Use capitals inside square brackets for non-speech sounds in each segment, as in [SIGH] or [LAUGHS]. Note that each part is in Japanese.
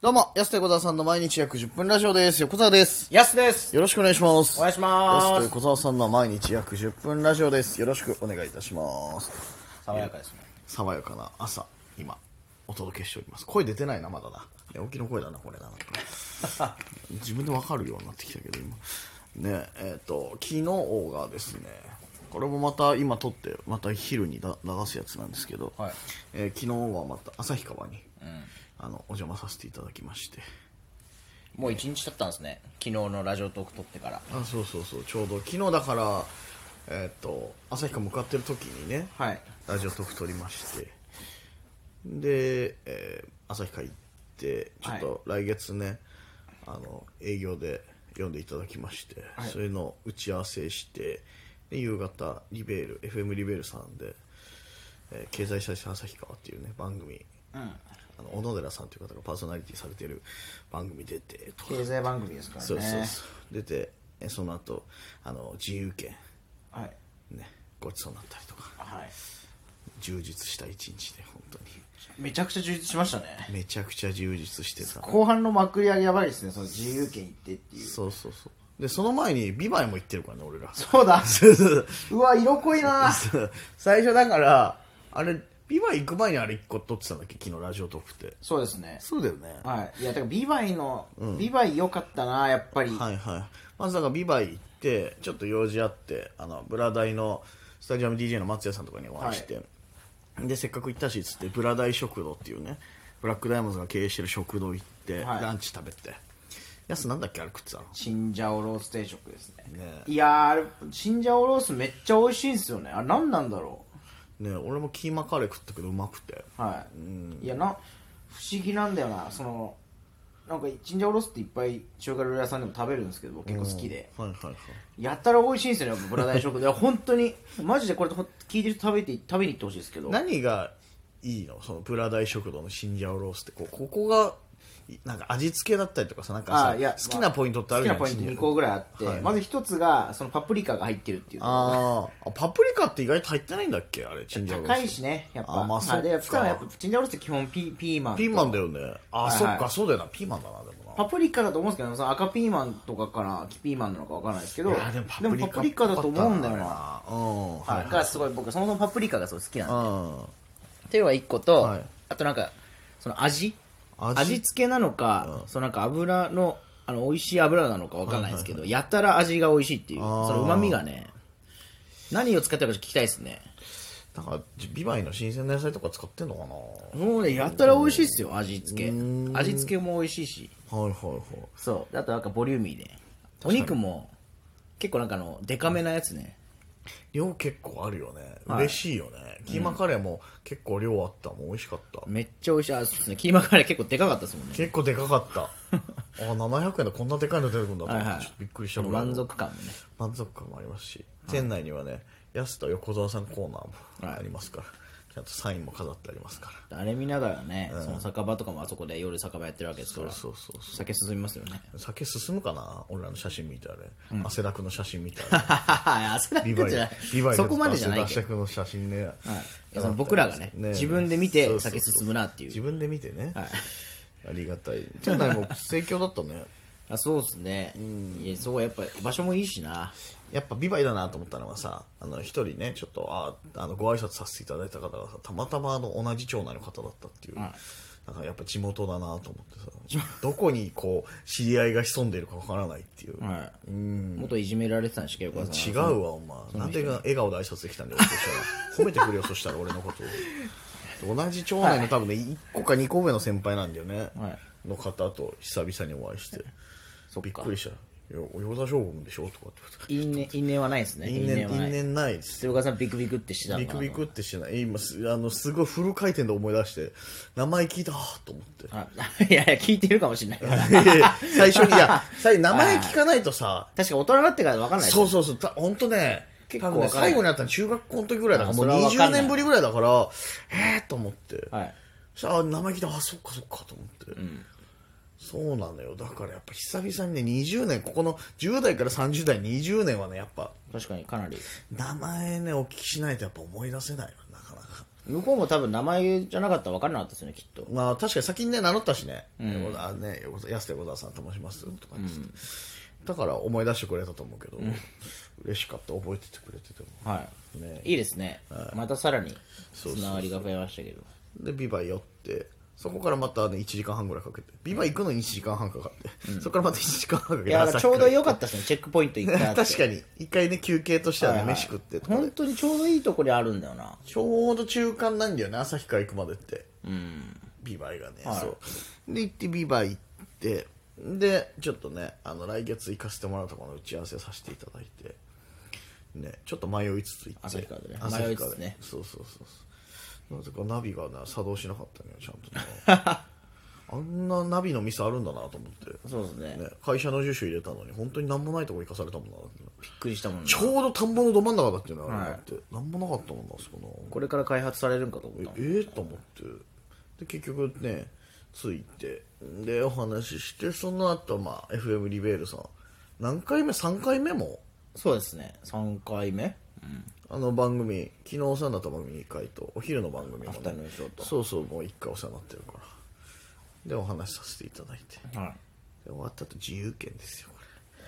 どうも、安手小沢さんの毎日約10分ラジオです。横澤です。やすですよろしくお願いします。お願いします安手小沢さんの毎日約10分ラジオです。よろしくお願いいたします。爽やかですね爽やかな朝、今、お届けしております。声出てないな、まだな。寝起きの声だな、これ [LAUGHS] な。なんか自分でわかるようになってきたけど、今。ねえ、っ、と、昨日がですね、これもまた今撮って、また昼にだ流すやつなんですけど、はいえー昨日はまた旭川に、あの、お邪魔させていただきまして、もう一日経ったんですね昨日のラジオトーク撮ってからあそうそうそうちょうど昨日だからえーっと旭川向かってる時にね、はいラジオトーク撮りましてで、えー、旭川行ってちょっと来月ね、あの営業で読んでいただきまして、いそういうのを打ち合わせしてで夕方リベール FM リベールさんで、えー経済再生旭川っていうね番組、あの小野寺さんという方がパーソナリティされてる番組出てとか経済番組ですからねそうそうそう出てえその後あの自由券はいねごちそうになったりとかはい充実した一日で本当にめちゃくちゃ充実しましたねめちゃくちゃ充実してた後半のまくり上げやばいですねその自由権行ってっていうそうそうそうでその前にビバイも行ってるからね俺らそうだそうそううわ色濃いなそう最初だからあれビバイ行く前にあれ1個撮ってたんだっけ昨日ラジオトークってそうですねそうだよねはいいやだからビバイの、ビバイ良かったなやっぱり、はいはいまずだからビバイ行ってちょっと用事あってあのブラダイのスタジアム DJ の松谷さんとかにお会いして、でせっかく行ったしっつってブラダイ食堂っていうねブラックダイヤモンドが経営してる食堂行って、はいランチ食べてやすなんだっけあれ食ってたのチンジャオロース定食ですねねいやーあれチンジャオロースめっちゃ美味しいんですよねあれ何なんだろね俺もキーマカレー食ったけどうまくてうはい、いやな不思議なんだよなそのなんかチンジャオロースっていっぱい中華料理屋さんでも食べるんですけど僕結構好きで、はいはいはいやたら美味しいんですよねやっぱブラダイ食堂いや本当にマジでこれほん聞いてる人食べて食べに行ってほしいですけど何がいいのそのブラダイ食堂の新ジャオロースってこうここがいなんか味付けだったりとかさなんかさあいや好きなポイントってあるじゃん好きなポイント2個ぐらいあって、はいまず1つがそのパプリカが入ってるっていうあーあパプリカって意外と入ってないんだっけあれチンジャオロース高いしねやっぱあまあそっかでやっぱやっぱチンジャオロースって基本ピピーマンとピーマンだよねあ、はいはいそっかそうだよなピーマンだなでもなパプリカだと思うんですけど、その赤ピーマンとかかな、黄ピーマンなのかわからないですけど、いやでもパプリカだと思うんだよな。はうんはいい、がすごい僕、そもそもパプリカがすごい好きなんではっていうのが1個と、はいあとなんか、その味味味付けなのか、そのなんか油の、あの、美味しい油なのかわからないですけど、やたら味が美味しいっていう、あーその旨味がね、何を使ってるかちょっと聞きたいですね。い、だからビバイの新鮮な野菜とか使ってんのかもうね、やたら美味しいですよ、味付けう。味付けも美味しいし。なはいはいはいそう。あとなんかボリューミーで。お肉も、結構なんかあの、デカめなやつね。量結構あるよね、はい嬉しいよねキーマカレーも結構量あったもん美味しかった、めっちゃ美味しい。あ、そうですね。キーマカレー結構でかかったですもんね。結構でかか [LAUGHS] ったあ700円でこんなでかいの出てくるんだと思って、はいはいちょっとびっくりしたぐらいの満足感もね。満足感もありますし、店内にはねやすと横澤さんコーナーもはいありますから、ちゃんとサインも飾ってありますからあれ見ながらね、その酒場とかもあそこで夜酒場やってるわけですから、そうそうそ酒進みます [LAUGHS] よね。う酒進むかな俺らの写真見てあれ、汗だくの写真見てあれ [LAUGHS] ははは汗だくビじバイゃないビバイ。そこまでじゃないけ汗ど。だくの写真ね、いやその僕らがね自分で見てそうそうそう酒進むなっていう自分で見てね、はいありがたい店内も盛況だったねあそうですね。いや、そうやっぱ場所もいいしな。やっぱビバイだなと思ったのはさあの一人ねちょっとああのご挨拶させていただいた方がさたまたまあの同じ町内の方だったっていう、なんかやっぱ地元だなと思ってさどこにこう知り合いが潜んでいるかわからないっていう、はい。元いじめられてたんでしょ、横川さ違ん。うわお前なんでが笑顔で挨拶できたんだよ俺としたら褒めてくれよそしたら俺のことを同じ町内の多分ね1個か2個上の先輩なんだよね、はいの方と久々にお会いしてそっかびっくりした「いや横田将軍でしょ?」とかって因縁因縁はないですね。因因縁縁はない。因縁ないです横川さんビクビクってしてたビんだクビクってしてない今すあのすごいフル回転で思い出して名前聞いたあーと思 [LAUGHS] ってあ [LAUGHS] いやいや、聞いてるかもしれないから。いやいや最初にいや最初名前聞かないとさ確か大人になってから分かんないですそうそうそうた本当ね結結構構ねわかんない最後に会ったの中学校の時ぐらいだからもうあそれはわか20んない年ぶりぐらいだからえーと思ってはい。さあ名前聞いたあそっかそっかと思って、そうなのよだからやっぱ久々にね20年ここの10代から30代20年はねやっぱ確かにかなり。名前ねお聞きしないとやっぱ思い出せないわなかなか向こうも多分名前じゃなかったら分からなかったですねきっとまあ、確かに先にね、名乗ったしね、横澤ね、横澤、安手横澤さんと申しますとか言って、だから思い出してくれたと思うけど、嬉しかった、覚えててくれてても。はい、ねいいですね、またさらにつそうそうそうながりが増えましたけどで、ビバ寄って、そこからまたね、1時間半ぐらいかけて、ビバ行くのに1時間半かかって、そこからまた1時間半かけて、いやだからちょうど良かっったですねチェックポイント行ったたって [LAUGHS] 確かに、一回ね、休憩としてはね、はいはい飯食ってとかで本当にちょうどいいとこにあるんだよなちょうど中間なんだよね、旭川行くまでって。ビバイがね、はいそう。で、行ってビバイ行って、で、ちょっとね、あの、来月行かせてもらうところの打ち合わせさせていただいて、ね、ちょっと迷いつつ行って。旭川でね旭川迷いつつねそうそうそうそう。なぜかナビがね、作動しなかったのよ、ちゃん [LAUGHS] とね。あんなナビのミスあるんだなと思って。そうですねね、会社の住所入れたのに、本当になんもないとこ行かされたもんな。びっくりしたもんなちょうど田んぼのど真ん中だっていうのは、あれだって。なんもなかったもんな、あそこの。これから開発されるんかと思ったええーと思ってで結局ね着いてでお話ししてその後、まあ FM リベールさん何回目3回目もそうですね3回目あの番組昨日お世話になった番組2回とお昼の番組も、ね、アフタヌーンショーとそうそうもう1回お世話になってるからでお話しさせていただいてはいで終わった後自由券ですよこ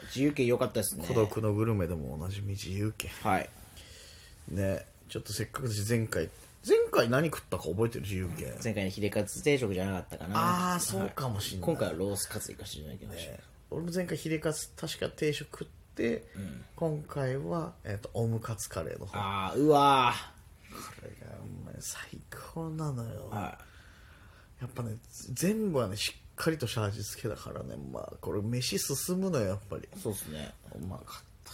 自由形良かったですねれ孤独のグルメでもおなじみ自由券はいねちょっとせっかくだし前回前回何食ったか覚えてる自由券前回のヒレカツ定食じゃなかったかなああそうかもしんない、今回はロースカツいかしていただきました、俺も前回ヒレカツ確か定食食って、今回は、えっとオムカツカレーの方こああうわれがうまい最高なのよ、ーはやっぱね全部はねしっかりとした味付けだからねまあこれ飯進むのよやっぱりいそうですねうまかった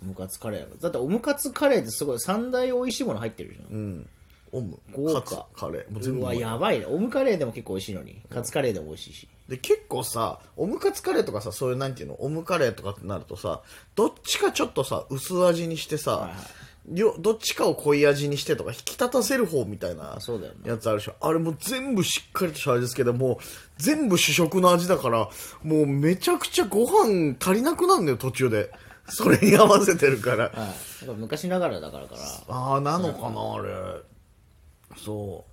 オムカツカレーだってオムカツカレーってすごい三大美味しいもの入ってるじゃん、オム豪華カツカレーもう全う部うまわいやばいねオムカレーでも結構美味しいのにカツカレーでも美味しいしで結構さオムカツカレーとかさそういうなんていうのオムカレーとかってなるとさどっちかちょっとさ薄味にしてさ、よどっちかを濃い味にしてとか引き立たせる方みたいなそうだよねやつあるでしょあれもう全部しっかりとした味ですけどもう全部主食の味だからもうめちゃくちゃご飯足りなくなるんだよ途中でそれに合わせてるから、はいだから昔ながらだからからああなのかなあれそ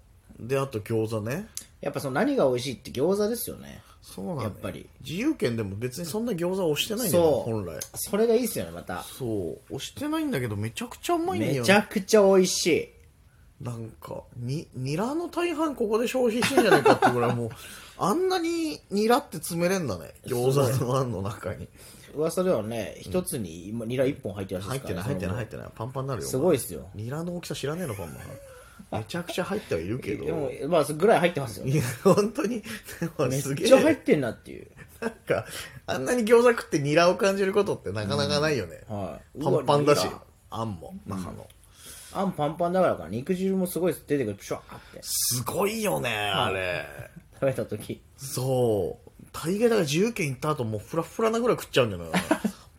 うであと餃子ねやっぱその何が美味しいって餃子ですよねそうなんだよやっぱり自由券でも別にそんな餃子押してないんだよそ本来うそれがいいですよねまたそう押してないんだけどめちゃくちゃうまいんだよめちゃくちゃ美味しいなんかにニラの大半ここで消費してんじゃないかってぐらい [LAUGHS] もうあんなにニラって詰めれんだね餃子のあんの中に噂ではね一つに今ニラ一本入ってるらしいで入っすかてらなねい入ってない入ってないそのパンパンになるよすごいっすよニラの大きさ知らねえのかお前めちゃくちゃ入ってはいるけどでもまあそれぐらい入ってますよいねや本当にでもめっすげちゃ入えってんなっていうなんかあんなに餃子食ってニラを感じることってなかなかないよね、はいパンパンだしうわニラあんも中の、あんパンパンだからか肉汁もすごい出てくるシュワーってすごいよねあれ食べた時そう大概だから自由軒行った後もうフラフラなぐらい食っちゃうんじゃ [LAUGHS] ない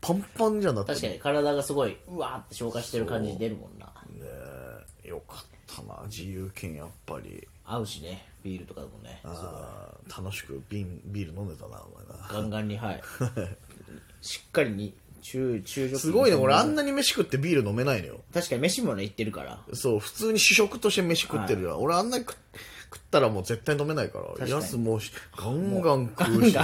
パンパンじゃなくて確かに体がすごいうわーって消化してる感じ出るもんなよかったな自由軒やっぱり合うしねビールとかでもねあー楽しくビンビール飲んでたなお前なガンガンにはいしっかりに中中食すごいね俺あんなに飯食ってビール飲めないのよ確かに飯もね行ってるからそう普通に主食として飯食ってるよ、俺あんなに食食ったらもう絶対飲めないからかにやすもうしガンガン食うし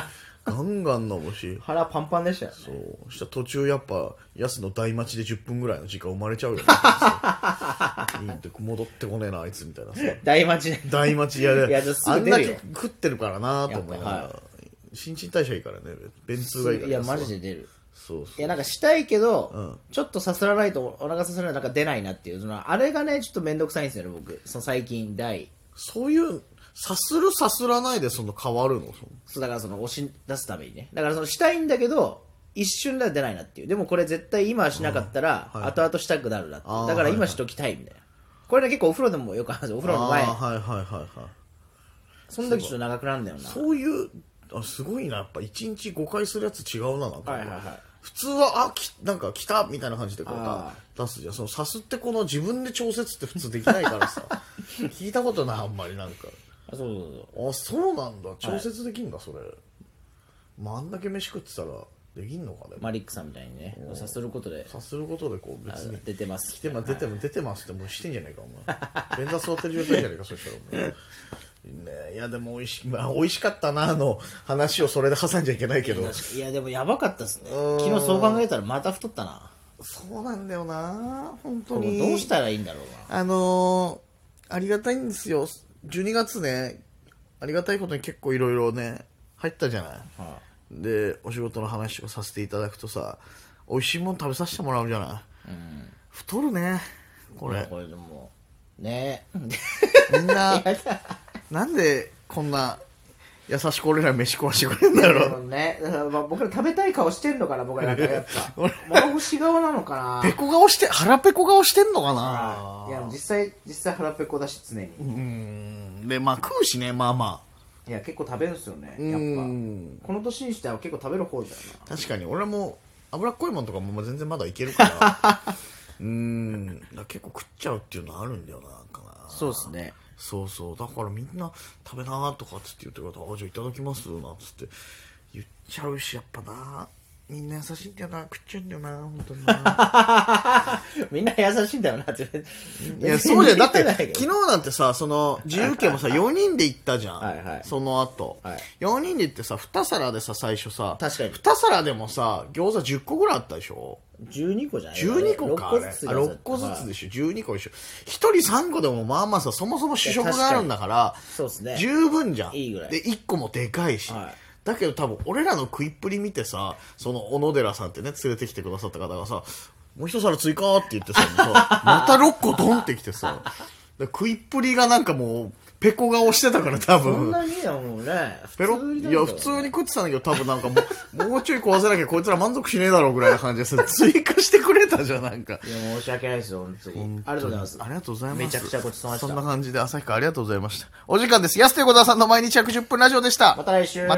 ガンガン飲むし腹パンパンでしたよそうそしたら途中やっぱやすの台待ちで10分ぐらいの時間生まれちゃうよ [LAUGHS] ねいいって戻ってこねえなあいつみたいなさ大町ね台待ちやでいやじゃあすあぐん出だるよけ食ってるからなと思いながやっぱら新陳代謝いいからね便通がいいからいやマジで出るそうそいうやなんかしたいけど、ちょっとさすらないとお腹さすらないとなんか出ないなっていうそのあれがねちょっと面倒くさいんですよね僕その最近大そういうさするさすらないでその変わるのそのそうだからその押し出すためにねだからそのしたいんだけど一瞬では出ないなっていうでもこれ絶対今しなかったらうんはい後々したくなるなっていう、あーだから今しときたいみたいなこれね結構お風呂でもよく話すお風呂の前あーはいはいはいはいそん時ちょっと長くなるんだよなそういうあすごいなやっぱ1日5回するやつ違うななんか、はいはいはい普通はあきなんか来たみたいな感じでこうあ出すじゃんそのさすってこの自分で調節って普通できないから [LAUGHS] さ聞いたことないあんまりなんかあそうそうそうあそうなんだ調節できんだ、それ、まあ、あんだけ飯食ってたらできんのかでも、マリックさんみたいにねさすることで察することでこう別にあ出てます来てま出ても出てますってもうしてんじゃないかお前便座座ってる状態じゃないかそしたらお前ねえいやでも美味し,、まあ、美味しかったなの話をそれで挟んじゃいけないけどいやでもやばかったっすねうん昨日そう考えたらまた太ったなそうなんだよな本当これにどうしたらいいんだろうなあのーありがたいんですよ。12月ね、ありがたいことに結構いろいろね、入ったじゃない。はで、お仕事の話をさせていただくとさ、美味しいもの食べさせてもらうじゃない。太るね、これ。これでも [LAUGHS] ねみん [LAUGHS] な、なんでこんな優しく俺ら飯食わしてくれるんだろう。ねだからまあ僕ら食べたい顔してんのかな僕らなんかやっ [LAUGHS] ぱ俺物腰側なの [LAUGHS] か [LAUGHS] ペコ顔して、腹ペコ顔してんのかななはいいや実際実際腹ペコだし常にうーん。で、まあ食うしね、まあまあ。いや結構食べるんすよねうやっん。ぱこの年にしては結構食べる方じゃな確かに俺も脂っこいもんとかも全然まだいけるから [LAUGHS] うーんだから結構食っちゃうっていうのはあるんだよななんかなそうっすねそうそうだからみんな食べなーとかっつって言ってるからあじゃあいただきますなんつって言っちゃうしやっぱなみんな優しいんだよな食っちゃうんだよな本当にな [LAUGHS] みんな優しいんだよなっていやそうじゃんだ [LAUGHS] ってない昨日なんてさその自由軒も [LAUGHS] さ4人で行ったじゃんはいはいその後、はい4人で行ってさ2皿でさ最初さ確かに2皿でもさ餃子10個ぐらいあったでしょ12個じゃない12個かあれあ6 6個個ずずつつででしょ12個でしょ1人3個でもまあまあさそもそも主食があるんだからそうっすね十分じゃんいいぐらいで1個もでかいし、はいだけど多分俺らの食いっぷり見てさその小野寺さんってね連れてきてくださった方がさもう一皿追加って言ってさ [LAUGHS] また6個ドンってきてさで食いっぷりがなんかもうペコ顔してたから多そ分んなにだもんねペロにだいもんや、ね普通に食ってたんだけど、多分なんかもう、もうちょい壊せなきゃこいつら満足しねえだろうぐらいな感じです。 [LAUGHS] 追加してくれたじゃん、なんか。いや申し訳ないですよ本当にありがとうございますありがとうございます。めちゃくちゃごちそうさまでしたそんな感じで、朝日川ありがとうございました。お時間です。安手小沢さんの毎日約10分ラジオでした。また来週ま